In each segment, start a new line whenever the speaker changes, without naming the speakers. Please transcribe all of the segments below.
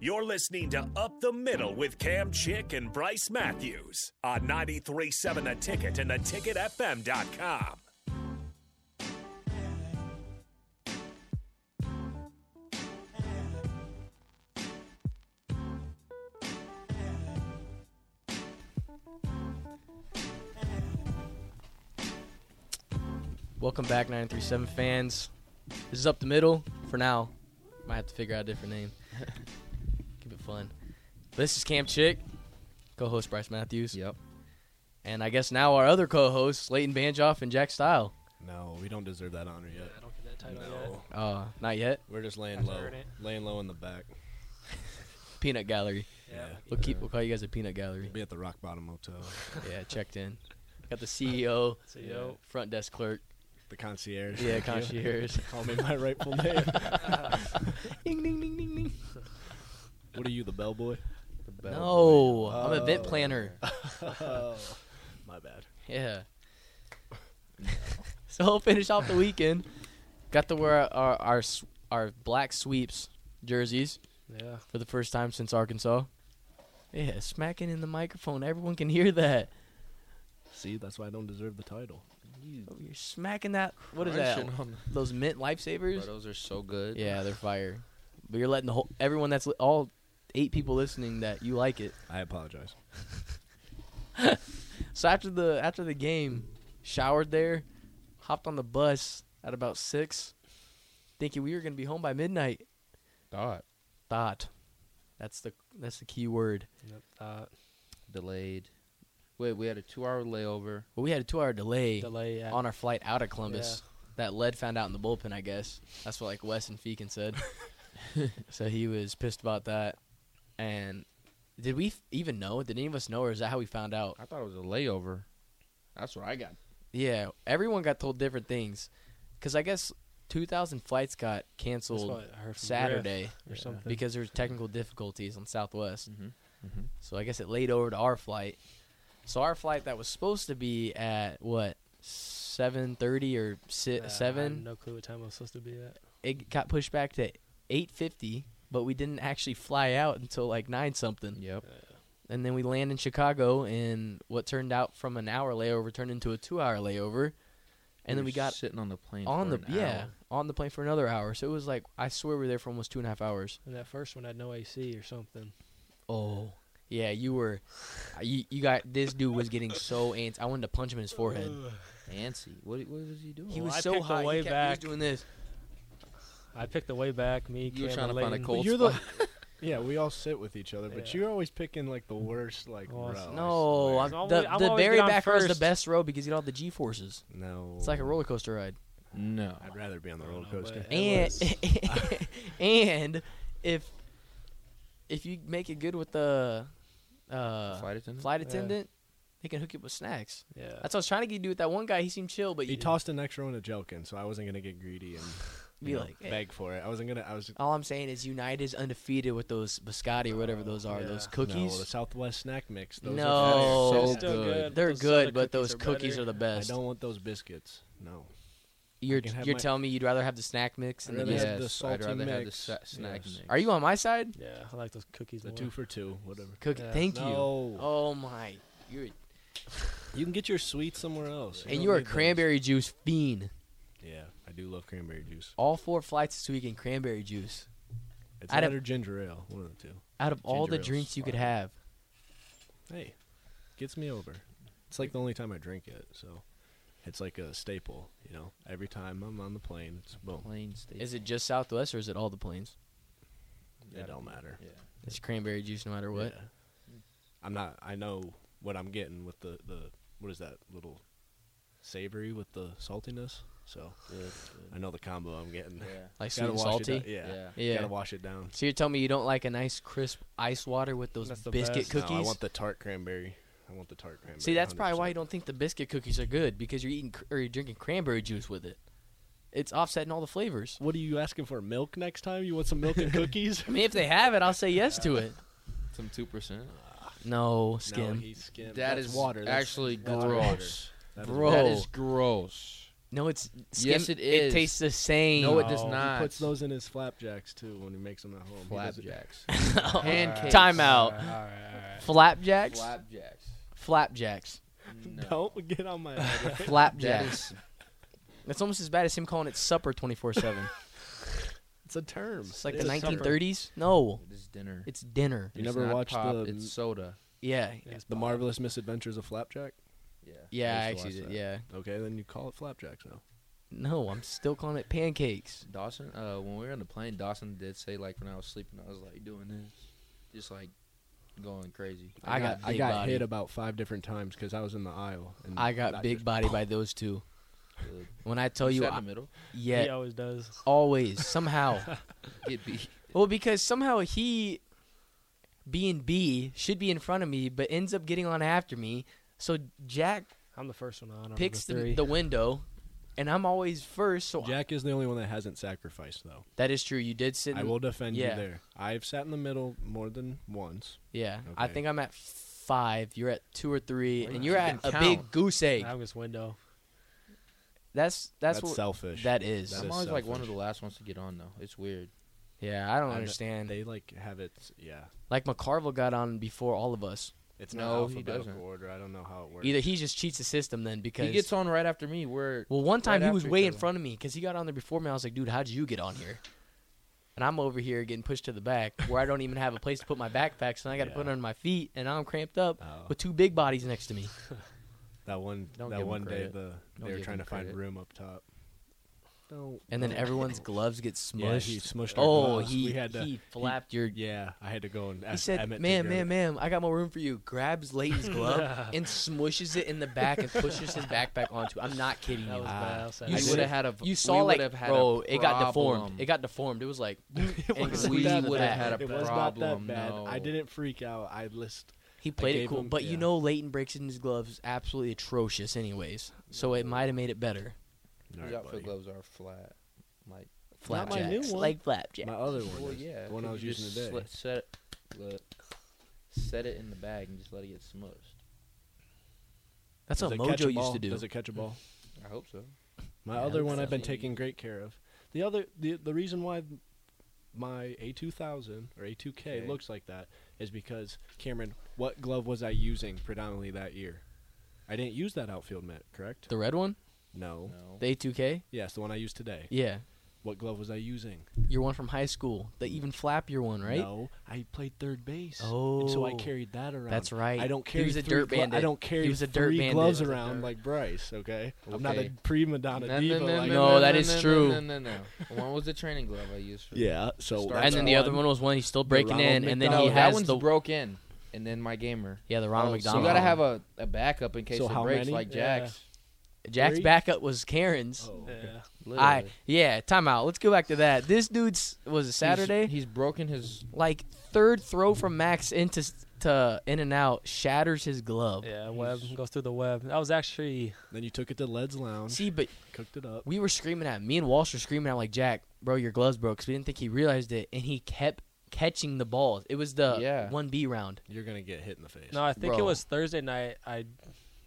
You're listening to Up the Middle with Cam Chick and Bryce Matthews on 93.7 The Ticket and theticketfm.com.
Welcome back, 937 fans. This is Up the Middle for now. Might have to figure out a different name. Keep it fun. This is Camp Chick, co host Bryce Matthews.
Yep.
And I guess now our other co hosts, Leighton Banjoff and Jack Style.
No, we don't deserve that honor yet.
I don't get that title
No,
Uh, not yet.
we're just laying
I've
low,
heard it.
laying low in the back.
Peanut Gallery.
yet. Yeah.
We'll keep. We'll call you guys a Peanut Gallery.
We'll be at the Rock Bottom Hotel.
Yeah, checked in. Got the CEO,
So yo,
front desk clerk,
The concierge.
yeah, concierge.
Call me my rightful name.
ding ding ding ding ding.
what are you, the bellboy? The
No, I'm an event
Oh.
planner.
oh, my bad.
Yeah. so we'll finish off the weekend. Got to wear our our s- our black sweeps jerseys
yeah.
for the first time since Arkansas. Yeah, smacking in the microphone. Everyone can hear that.
See, that's why I don't deserve the title.
Oh, you're smacking that. What is that? Those mint lifesavers?
those are so good.
Yeah, they're fire. But you're letting the whole everyone that's li- all eight people listening that you like it.
I apologize.
So after the after the game, showered there, hopped on the bus at about six, thinking we were gonna be home by midnight.
Thought
Thought. That's the that's the key word.
Yep. Uh,
delayed. Wait, we had a two-hour layover.
Well, we had a two hour delay
delay. Yeah.
on our flight out of Columbus. That Led found out in the bullpen, I guess. That's what like Wes and Feakin said. so he was pissed about that. And did we f- even know? Did any of us know, or is that how we found out?
I thought it was a layover. That's what I got.
Yeah, everyone got told different things. Because I guess 2,000 flights got
That's
canceled
what I heard from Griff
Saturday
or something. Mm-hmm.
because there was technical difficulties on Southwest.
Mhm, mhm.
So I guess it laid over to our flight. So our flight that was supposed to be at what 7:30 or si-
Yeah, I had
7,
no clue what time I was supposed to be at.
it got pushed back to 8:50, but we didn't actually fly out until like 9 something.
Yep.
And then we land in Chicago and what turned out from an hour layover turned into a 2-hour layover. And then
were
we got
sitting on the plane
on
for
the
an
yeah
hour.
on the plane for another hour. So it was like I swear we were there for almost two and a half hours.
And that first one had no AC or something.
Oh yeah, you were. uh, You, you got this dude was getting so ants. I wanted to punch him in his forehead.
Antsy. What, what was he doing?
He
Well,
was
I
so
picked the
hot.
way
he kept,
back.
He was doing this.
I picked the way back. Me,
You were
Cam,
trying
and
to find a
Layton.
cold
you're the-
spot.
Yeah, we all sit with each other, but
Yeah.
you're always picking like the worst, like
Oh,
row,
I
I
No,
swear.
I'm,
always-
the,
I'm
the
always
very
down
back row is the
first. Oh.
best row because you get all the G forces.
no.
It's like a roller coaster ride.
no.
I'd rather be on the
I don't
roller
know,
coaster.
but- It
And and if if you make it good with the uh,
Flight attendant.
flight
Yeah.
attendant, they can hook you up with snacks.
Yeah.
That's what I was trying to get you to do with that one guy. He seemed chill, but
He
you
tossed an extra one to Jelkin, so I wasn't gonna get greedy and
be
you know,
like, "Hey,
beg for it. I wasn't gonna. I was
All I'm saying is United is undefeated with those biscotti or whatever those are,
Yeah.
those
No, the
cookies.
Southwest snack mix. Those
No.
Are
So
It's still
good.
They're
those
good,
soda
but those
better.
cookies are the
better. I
best.
don't want those biscuits. No.
You're
I can have
you're
my-
telling me you'd rather have the snack mix and
I'd
the
rather
bis-
have
yes,
the
I'd
salty
rather have the
mix.
sa- snack
Yes.
mix.
Are you on my side?
Yeah, I like those cookies.
The
more.
two for two, whatever.
Cookie.
Yeah.
Thank you.
No.
Oh my. You're
You can get your sweets somewhere else.
and
don't
you're a
need those.
cranberry juice fiend.
Yeah, I do love cranberry juice.
All four flights this weekend cranberry juice.
It's
I'd
that
have-
or ginger ale, one of the two.
Out of all
Ginger
the
ale's
drinks you could
fire.
have,
Hey, gets me over. It's like the only time I drink it, so it's like a staple. You know, every time I'm on the plane, it's boom.
Plane state.
is it just Southwest or is it all the planes?
It don't matter.
Yeah.
It's cranberry juice no matter what.
Yeah. I'm not. I know what I'm getting with the the what is that little savory with the saltiness. So
Good.
I
good.
know the combo I'm getting.
Yeah.
Like sweet
Gotta
and
wash it
salty.
down- Yeah.
Yeah.
Yeah.
Gotta wash it down.
So you're telling me you don't like a nice crisp ice water with those
That's the
biscuit
best.
cookies?
No, I want the tart cranberry. I want the tart cranberry.
See, that's probably why you
100%.
don't think the biscuit cookies are good because you're eating cr- or you're drinking cranberry juice with it. It's offsetting all the flavors.
What are you asking for? Milk next time? You want some milk and cookies?
I mean, if they have it, I'll say yes to it.
Some two percent.
No,
No,
skim.
he skimmed.
That
That's
is
water. That's-
actually
that's water.
gross.
That is
Bro.
That
water.
is gross.
No, it's
Yes, it is.
It tastes the same.
No, it does
No. He
not.
He puts those in his flapjacks too when he makes them at home. He does it-
flapjacks.
Pancakes.
Time out.
All right, all right,
Flapjacks.
Flapjacks.
Flapjacks.
No.
Don't get on my.
That
Flapjacks.
is
That's almost as bad as him calling it supper twenty four seven.
It's a term.
It's like
It's
the
supper.
nineteen thirties. No,
it is dinner.
it's dinner.
You
It's
never
not
watched
pop,
the-
It's soda.
Yeah,
all right.
The marvelous misadventures of Flapjack.
Yeah.
yeah. I
used to
actually,
watch
did,
that.
yeah.
Okay, then you call it flapjacks now.
No, I'm still calling it pancakes.
Dawson, uh, when we were on the plane, Dawson did say like when I was sleeping, I was like doing this, just like going crazy.
I got
I
big
got
body.
hit about five different times because I was in the aisle. And
I got big
just-
body by those two.
Good.
When I tell you,
sat in
I,
the middle.
yeah,
He always does.
always somehow.
Get beat.
well, because somehow he, being B, should be in front of me, but ends up getting on after me. So Jack
I'm the first one on. I'm
picks
number
the,
three.
the window, and I'm always first. So I-
Jack is the only one that hasn't sacrificed though.
that is true. You did sit. In
I
the-
will defend
yeah.
you there. I've sat in the middle more than once.
Yeah, I
Okay.
think I'm at five. You're at two or three,
Well,
and
you
you're at
can
a
count.
big goose egg.
I'm just window.
That's that's,
That's,
what
selfish.
that is.
That
I'm
is
always like one of
selfish.
the last ones to get on though. It's weird.
yeah, I don't
I know.
understand.
they like have it. Yeah,
like McCarville got on before all of us.
it's
No,
not
he
alphabetical
doesn't.
order. I don't know how it works.
Either he just cheats the system then because
He gets on right after me. Where
Well, one time
Right
he was
after each
way in
other.
front of me because he got on there before me. I was like, dude, how'd you get on here? And I'm over here getting pushed to the back where I don't even have a place to put my backpack, so I got to put it
Yeah.
on my feet, and now I'm cramped up
Oh.
with two big bodies next to me.
That one.
Don't give
that
him
one day
credit.
the
Don't
they were
give
trying
him
to find
credit.
room up top. No.
And then everyone's gloves get
Yeah, he
smushed.
smushed. our
oh,
gloves.
he
we had to,
he flapped your.
Yeah, I had to go and
He
ask
said,
Emmett. to
"Ma'am,
grab
ma'am,
it."
ma'am, I got more room for you." Grabs lady's glove and smushes it in the back and pushes his backpack onto. I'm not kidding
That
you.
was
Ah.
bad. I was sad.
You
I
said-
would have had a.
You saw
we
like,
would've had
bro,
a
it got deformed.
problem.
It got deformed. It was like,
It
and
wasn't
we
that
would've
bad.
had
a
It was not that
problem,
bad. I
no.
didn't freak out. I list.
He played it
gave
cool,
him-
but you
yeah.
know Leighton breaks in his gloves absolutely atrocious, anyways. So it might have made it better.
His outfield gloves are flat. Like
Not my new
Flapjacks,
one.
like flapjack.
My other one,
well,
is
yeah.
the one I
could
was
you
using
just
today.
sli- set it, look, set it in the bag and just let it get smushed.
That's
Does
what
it catch a
Mojo used
ball?
to do.
Does it catch a ball?
I hope so.
My
Yeah,
other
that's
one I've been
definitely-
taking great care of. The other the the reason why my A2000 or A2K
Okay.
looks like that is because Cameron, what glove was I using predominantly that year? I didn't use that outfield mitt, correct?
The red one,
no.
No.
the A2K.
Yes, the one I used today.
Yeah,
What glove was I using?
your one from high school, the even flappier one, right?
No, I played third base. and so I
Oh,
carried that around.
that's right.
I don't
He
carry.
was a
three
dirt
glo- I
bandit.
don't carry
He was a dirt
three
bandit.
gloves
He was a
around
dirt-
like Bryce. Okay, I'm not a
Okay.
prima donna diva. like
no, no, that is true.
No, no, no. One was the training glove I used for.
Yeah. So
Start
And
that's
then the
one.
other one was one he's still breaking
Ronald
in, and then
No,
he
that
has
one's
the
broke in, and then my gamer.
yeah the Ronald
Oh,
So
McDonald.
you gotta
one.
have a, a backup in case
So
it
how
breaks,
many?
like
Yeah.
Jack's.
Jack's
three?
backup was Karen's.
Oh, okay.
Yeah.
I
Literally.
yeah, time out. Let's go back to that. This dude's was it Saturday?
He's, he's broken his.
like third throw from Max into s- to in and out shatters his glove.
Yeah, web goes through the web. I was actually
Then you took it to Led's Lounge,
See, but
cooked it up.
we were screaming at me and Walsh were screaming at like Jack, bro, your gloves broke. Because we didn't think he realized it, and he kept catching the balls. It was the
Yeah.
one B round.
You're gonna get hit in the face.
no, I think
Bro.
it was Thursday night. I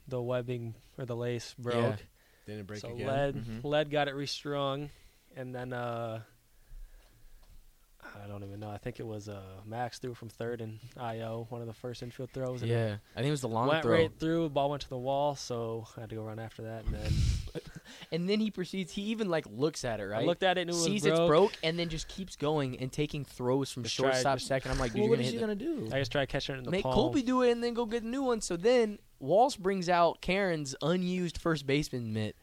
the webbing or the lace broke.
Yeah.
Didn't break
so
again.
lead
Mhm.
Mm-hmm.
lead got it restrung, and then uh, I don't even know. I think it was uh Max threw from third and IO one of the first infield throws. and it
Yeah, I think it was the long
Went
throw.
right through, ball went to the wall, so I had to go run after that. And then
And then he proceeds. He even like looks at it, right?
I looked at it and it was
sees
broke.
it's broke, and then just keeps going and taking throws from
Just tried-
shortstop,
just-
second. I'm like, dude,
Well,
you're
what
gonna
is
hit
he
the
gonna do?
I just tried catching it in the
Make
palm.
Colby do it and then go get a new one. So then Walsh brings out Karen's unused first baseman mitt,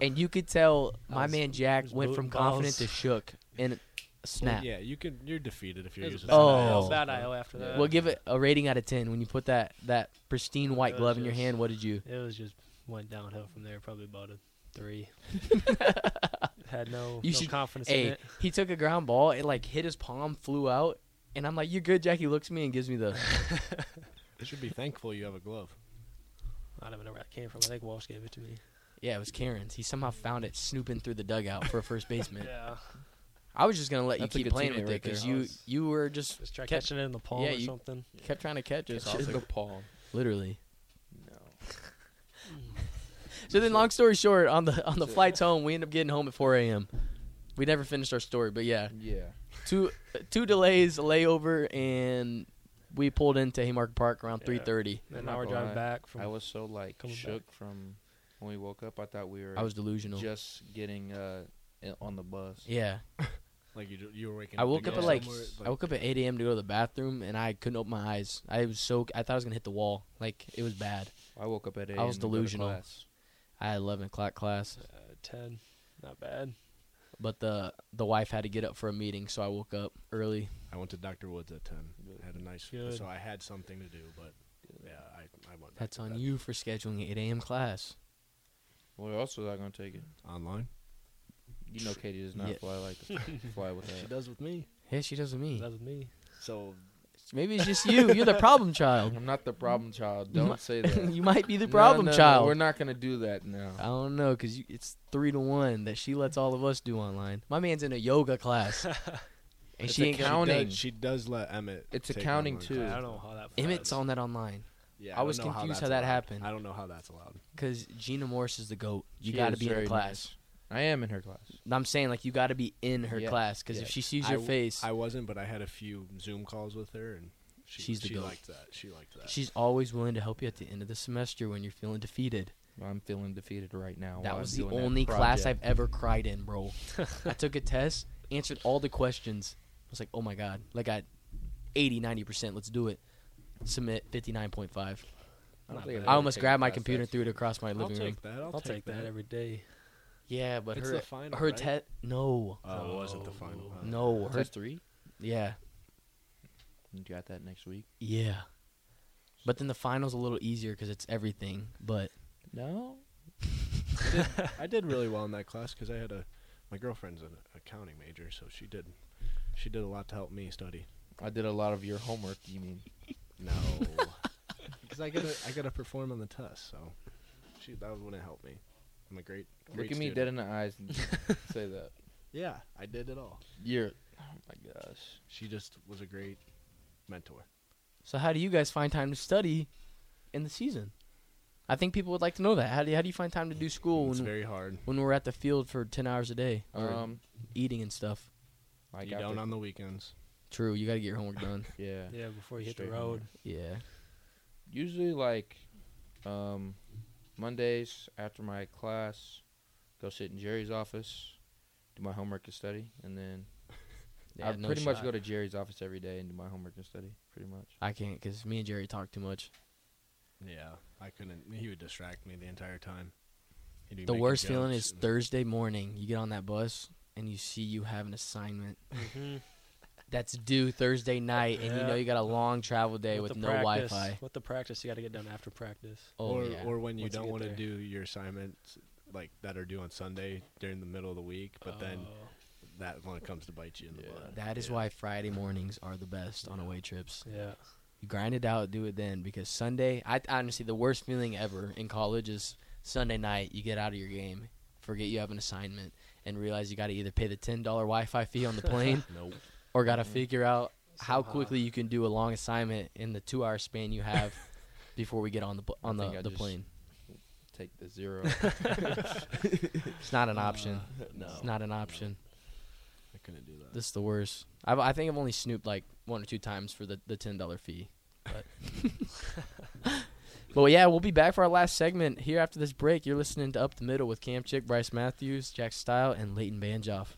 and you could tell my
was-
man Jack
was
went from
booting
confident
balls.
to shook in a
Well,
snap.
yeah, you can. You're defeated if you're
It was
using.
bad
Oh.
IO, bad IO after that.
We'll give it a rating out of ten when you put that that pristine white
That
glove
was
in your
just-
hand. What did you?
It was just went downhill from there, probably about a three. Had no,
You
no
should-
confidence in
Hey,
it.
he took a ground ball. It like hit his palm, flew out, and I'm like, "You're good, Jack." He looks at me and gives me the.
You should be thankful you have a glove.
I don't even know where that came from. I think Walsh gave it to me.
Yeah, it was Karen's. He somehow found it snooping through the dugout for a first baseman.
Yeah,
I was just gonna let
That's a
you keep
good
playing
teammate
with it
right there.
because
I
you
was-
you were just
just try
kept,
catching it in the palm
yeah,
or
you-
something.
kept trying to catch it. So I was
Just
like,
the palm.
Literally.
No.
So then, long story short, on the on the
So-
flights home, we end up getting home at 4 a.m. We never finished our story, but yeah,
Yeah.
two two delays, a layover, and we pulled into Haymarket Park around
Yeah.
3:30.
Then
not
now we're
gonna
driving
lie,
back from.
I was so like
coming back.
shook from when we woke up. I thought we were
I was delusional.
just getting uh, in- on the bus.
Yeah,
Like you, d- you were waking.
I woke
to
up
go
at like
somewhere,
I woke up at 8 a.m. to go to the bathroom, and I couldn't open my eyes. I was so I thought I was gonna hit the wall. Like it was bad.
I woke up at eight.
was
and go to
delusional.
class.
I had 11 o'clock class,
uh, ten. Not bad.
but the the wife had to get up for a meeting, so I woke up early.
I went to Dr. Woods at ten.
Good.
Had a nice.
Good.
So I had something to do, but yeah, I I went. back
That's
to
on
bed.
you for scheduling 8 a.m. class.
Where else was I gonna take it?
Online.
You know, Katie does not
Yeah.
fly like fly with that.
does with me.
Yeah, she doesn't mean.
That's me.
So
Maybe it's just you. You're the problem child.
I'm not the problem child.
You
Don't
mi-
say that.
you might be the
No,
problem
no, no,
child. Uh,
we're not gonna do that now.
I don't know, cause you, it's three to one that she lets all of us do online. My man's in a yoga class, and
It's
she ain't gonna.
accounting.
does, she does let Emmett.
It's
take
accounting,
online
too.
I
classes.
don't know how that.
Emmett's
flies.
on that online,
Yeah,
I
don't
was
know
confused
that's
how that
allowed.
happened.
I don't know how that's allowed.
cause Gina Morris is the goat. You
She
got to
is
be in her
very
class.
I am in her class.
No, I'm saying like you got to be in her
Yeah.
class, cause
Yeah.
if she sees
I
your
w-
face,
I wasn't, but I had a few Zoom calls with her, and she,
She's the
she
goat.
liked that. She liked that.
she's always willing to help you at the end of the semester when you're feeling defeated.
I'm feeling defeated right now. while
that
I'm
was the
Oh, doing that
only class I've
project.
ever cried in, bro. I took a test, answered all the questions. I was like, oh my god, like I, 80, 90 percent. Let's do it. Submit 59.5.
I, don't
Not
think I've
bad.
I
ever
almost
taken
grabbed my
class
computer and
that's-
threw it across my
I'll
living room.
take that. I'll,
I'll take that every day.
Yeah, but
It's
her
the final,
her
right?
te- no
Oh, it wasn't the final.
Oh.
huh?
no her
Test three.
yeah
You got that next week?
yeah. But then the final's a little easier because it's everything. But
No.
I did really well in that class because I had a my girlfriend's an accounting major, so she did she did a lot to help me study.
I did a lot of your homework. You mean?
No, because I gotta I gotta perform on the test, so she that wouldn't help me. I'm a great.
Look
great
at me
student.
dead in the eyes and say that.
Yeah, I did it all.
You're. Oh my gosh.
She just was a great mentor.
so how do you guys find time to study in the season? I think people would like to know that. How do you, how do you find time to do school
It's
when
very hard.
when we're at the field for ten hours a day, or
Um.
eating and stuff?
Like
you
after-
don't on the weekends.
True, you got to get your homework done.
Yeah.
Yeah, before you hit the
Straight
road.
homework.
yeah,
Usually like, um, Mondays after my class, go sit in Jerry's office, do my homework and study, and then
Yeah,
I
no
pretty much
shot.
go to Jerry's office every day and do my homework and study. Pretty much.
I can't because me and Jerry talk too much.
Yeah, I couldn't. He would distract me the entire time. He'd be
The
making
worst feeling
jokes
is
and-
Thursday morning. You get on that bus and you see you have an assignment
Mhm.
that's due Thursday night, and you know
Yeah.
you got a long travel day with,
the
no
practice-
Wi-Fi.
With the practice, you got to get done after practice.
Oh
or
yeah.
or when you
Once you
don't
get
want to
there.
do your assignments like that are due on Sunday during the middle of the week, but then
Oh,
that one comes to bite you in the butt.
that is
Yeah.
why Friday mornings are the best on away trips.
yeah,
You grind it out, do it then, because Sunday. I honestly, the worst feeling ever in college is Sunday night. You get out of your game, forget you have an assignment, and realize you got to either pay the ten dollar Wi-Fi fee on the plane,
Nope.
or got to figure out how
Somehow.
quickly you can do a long assignment in the two hour span you have before we get on the bu- on
think
the,
I
the
just-
plane.
Take the zero.
It's not an
Uh,
option.
no.
It's not an option.
I couldn't do that.
This is the worst. I've, I think I've only snooped like one or two times for the, the ten dollar fee. But but yeah, we'll be back for our last segment here after this break. You're listening to Up the Middle with Cam Chick, Bryce Matthews, Jack Style, and Leighton Banjoff.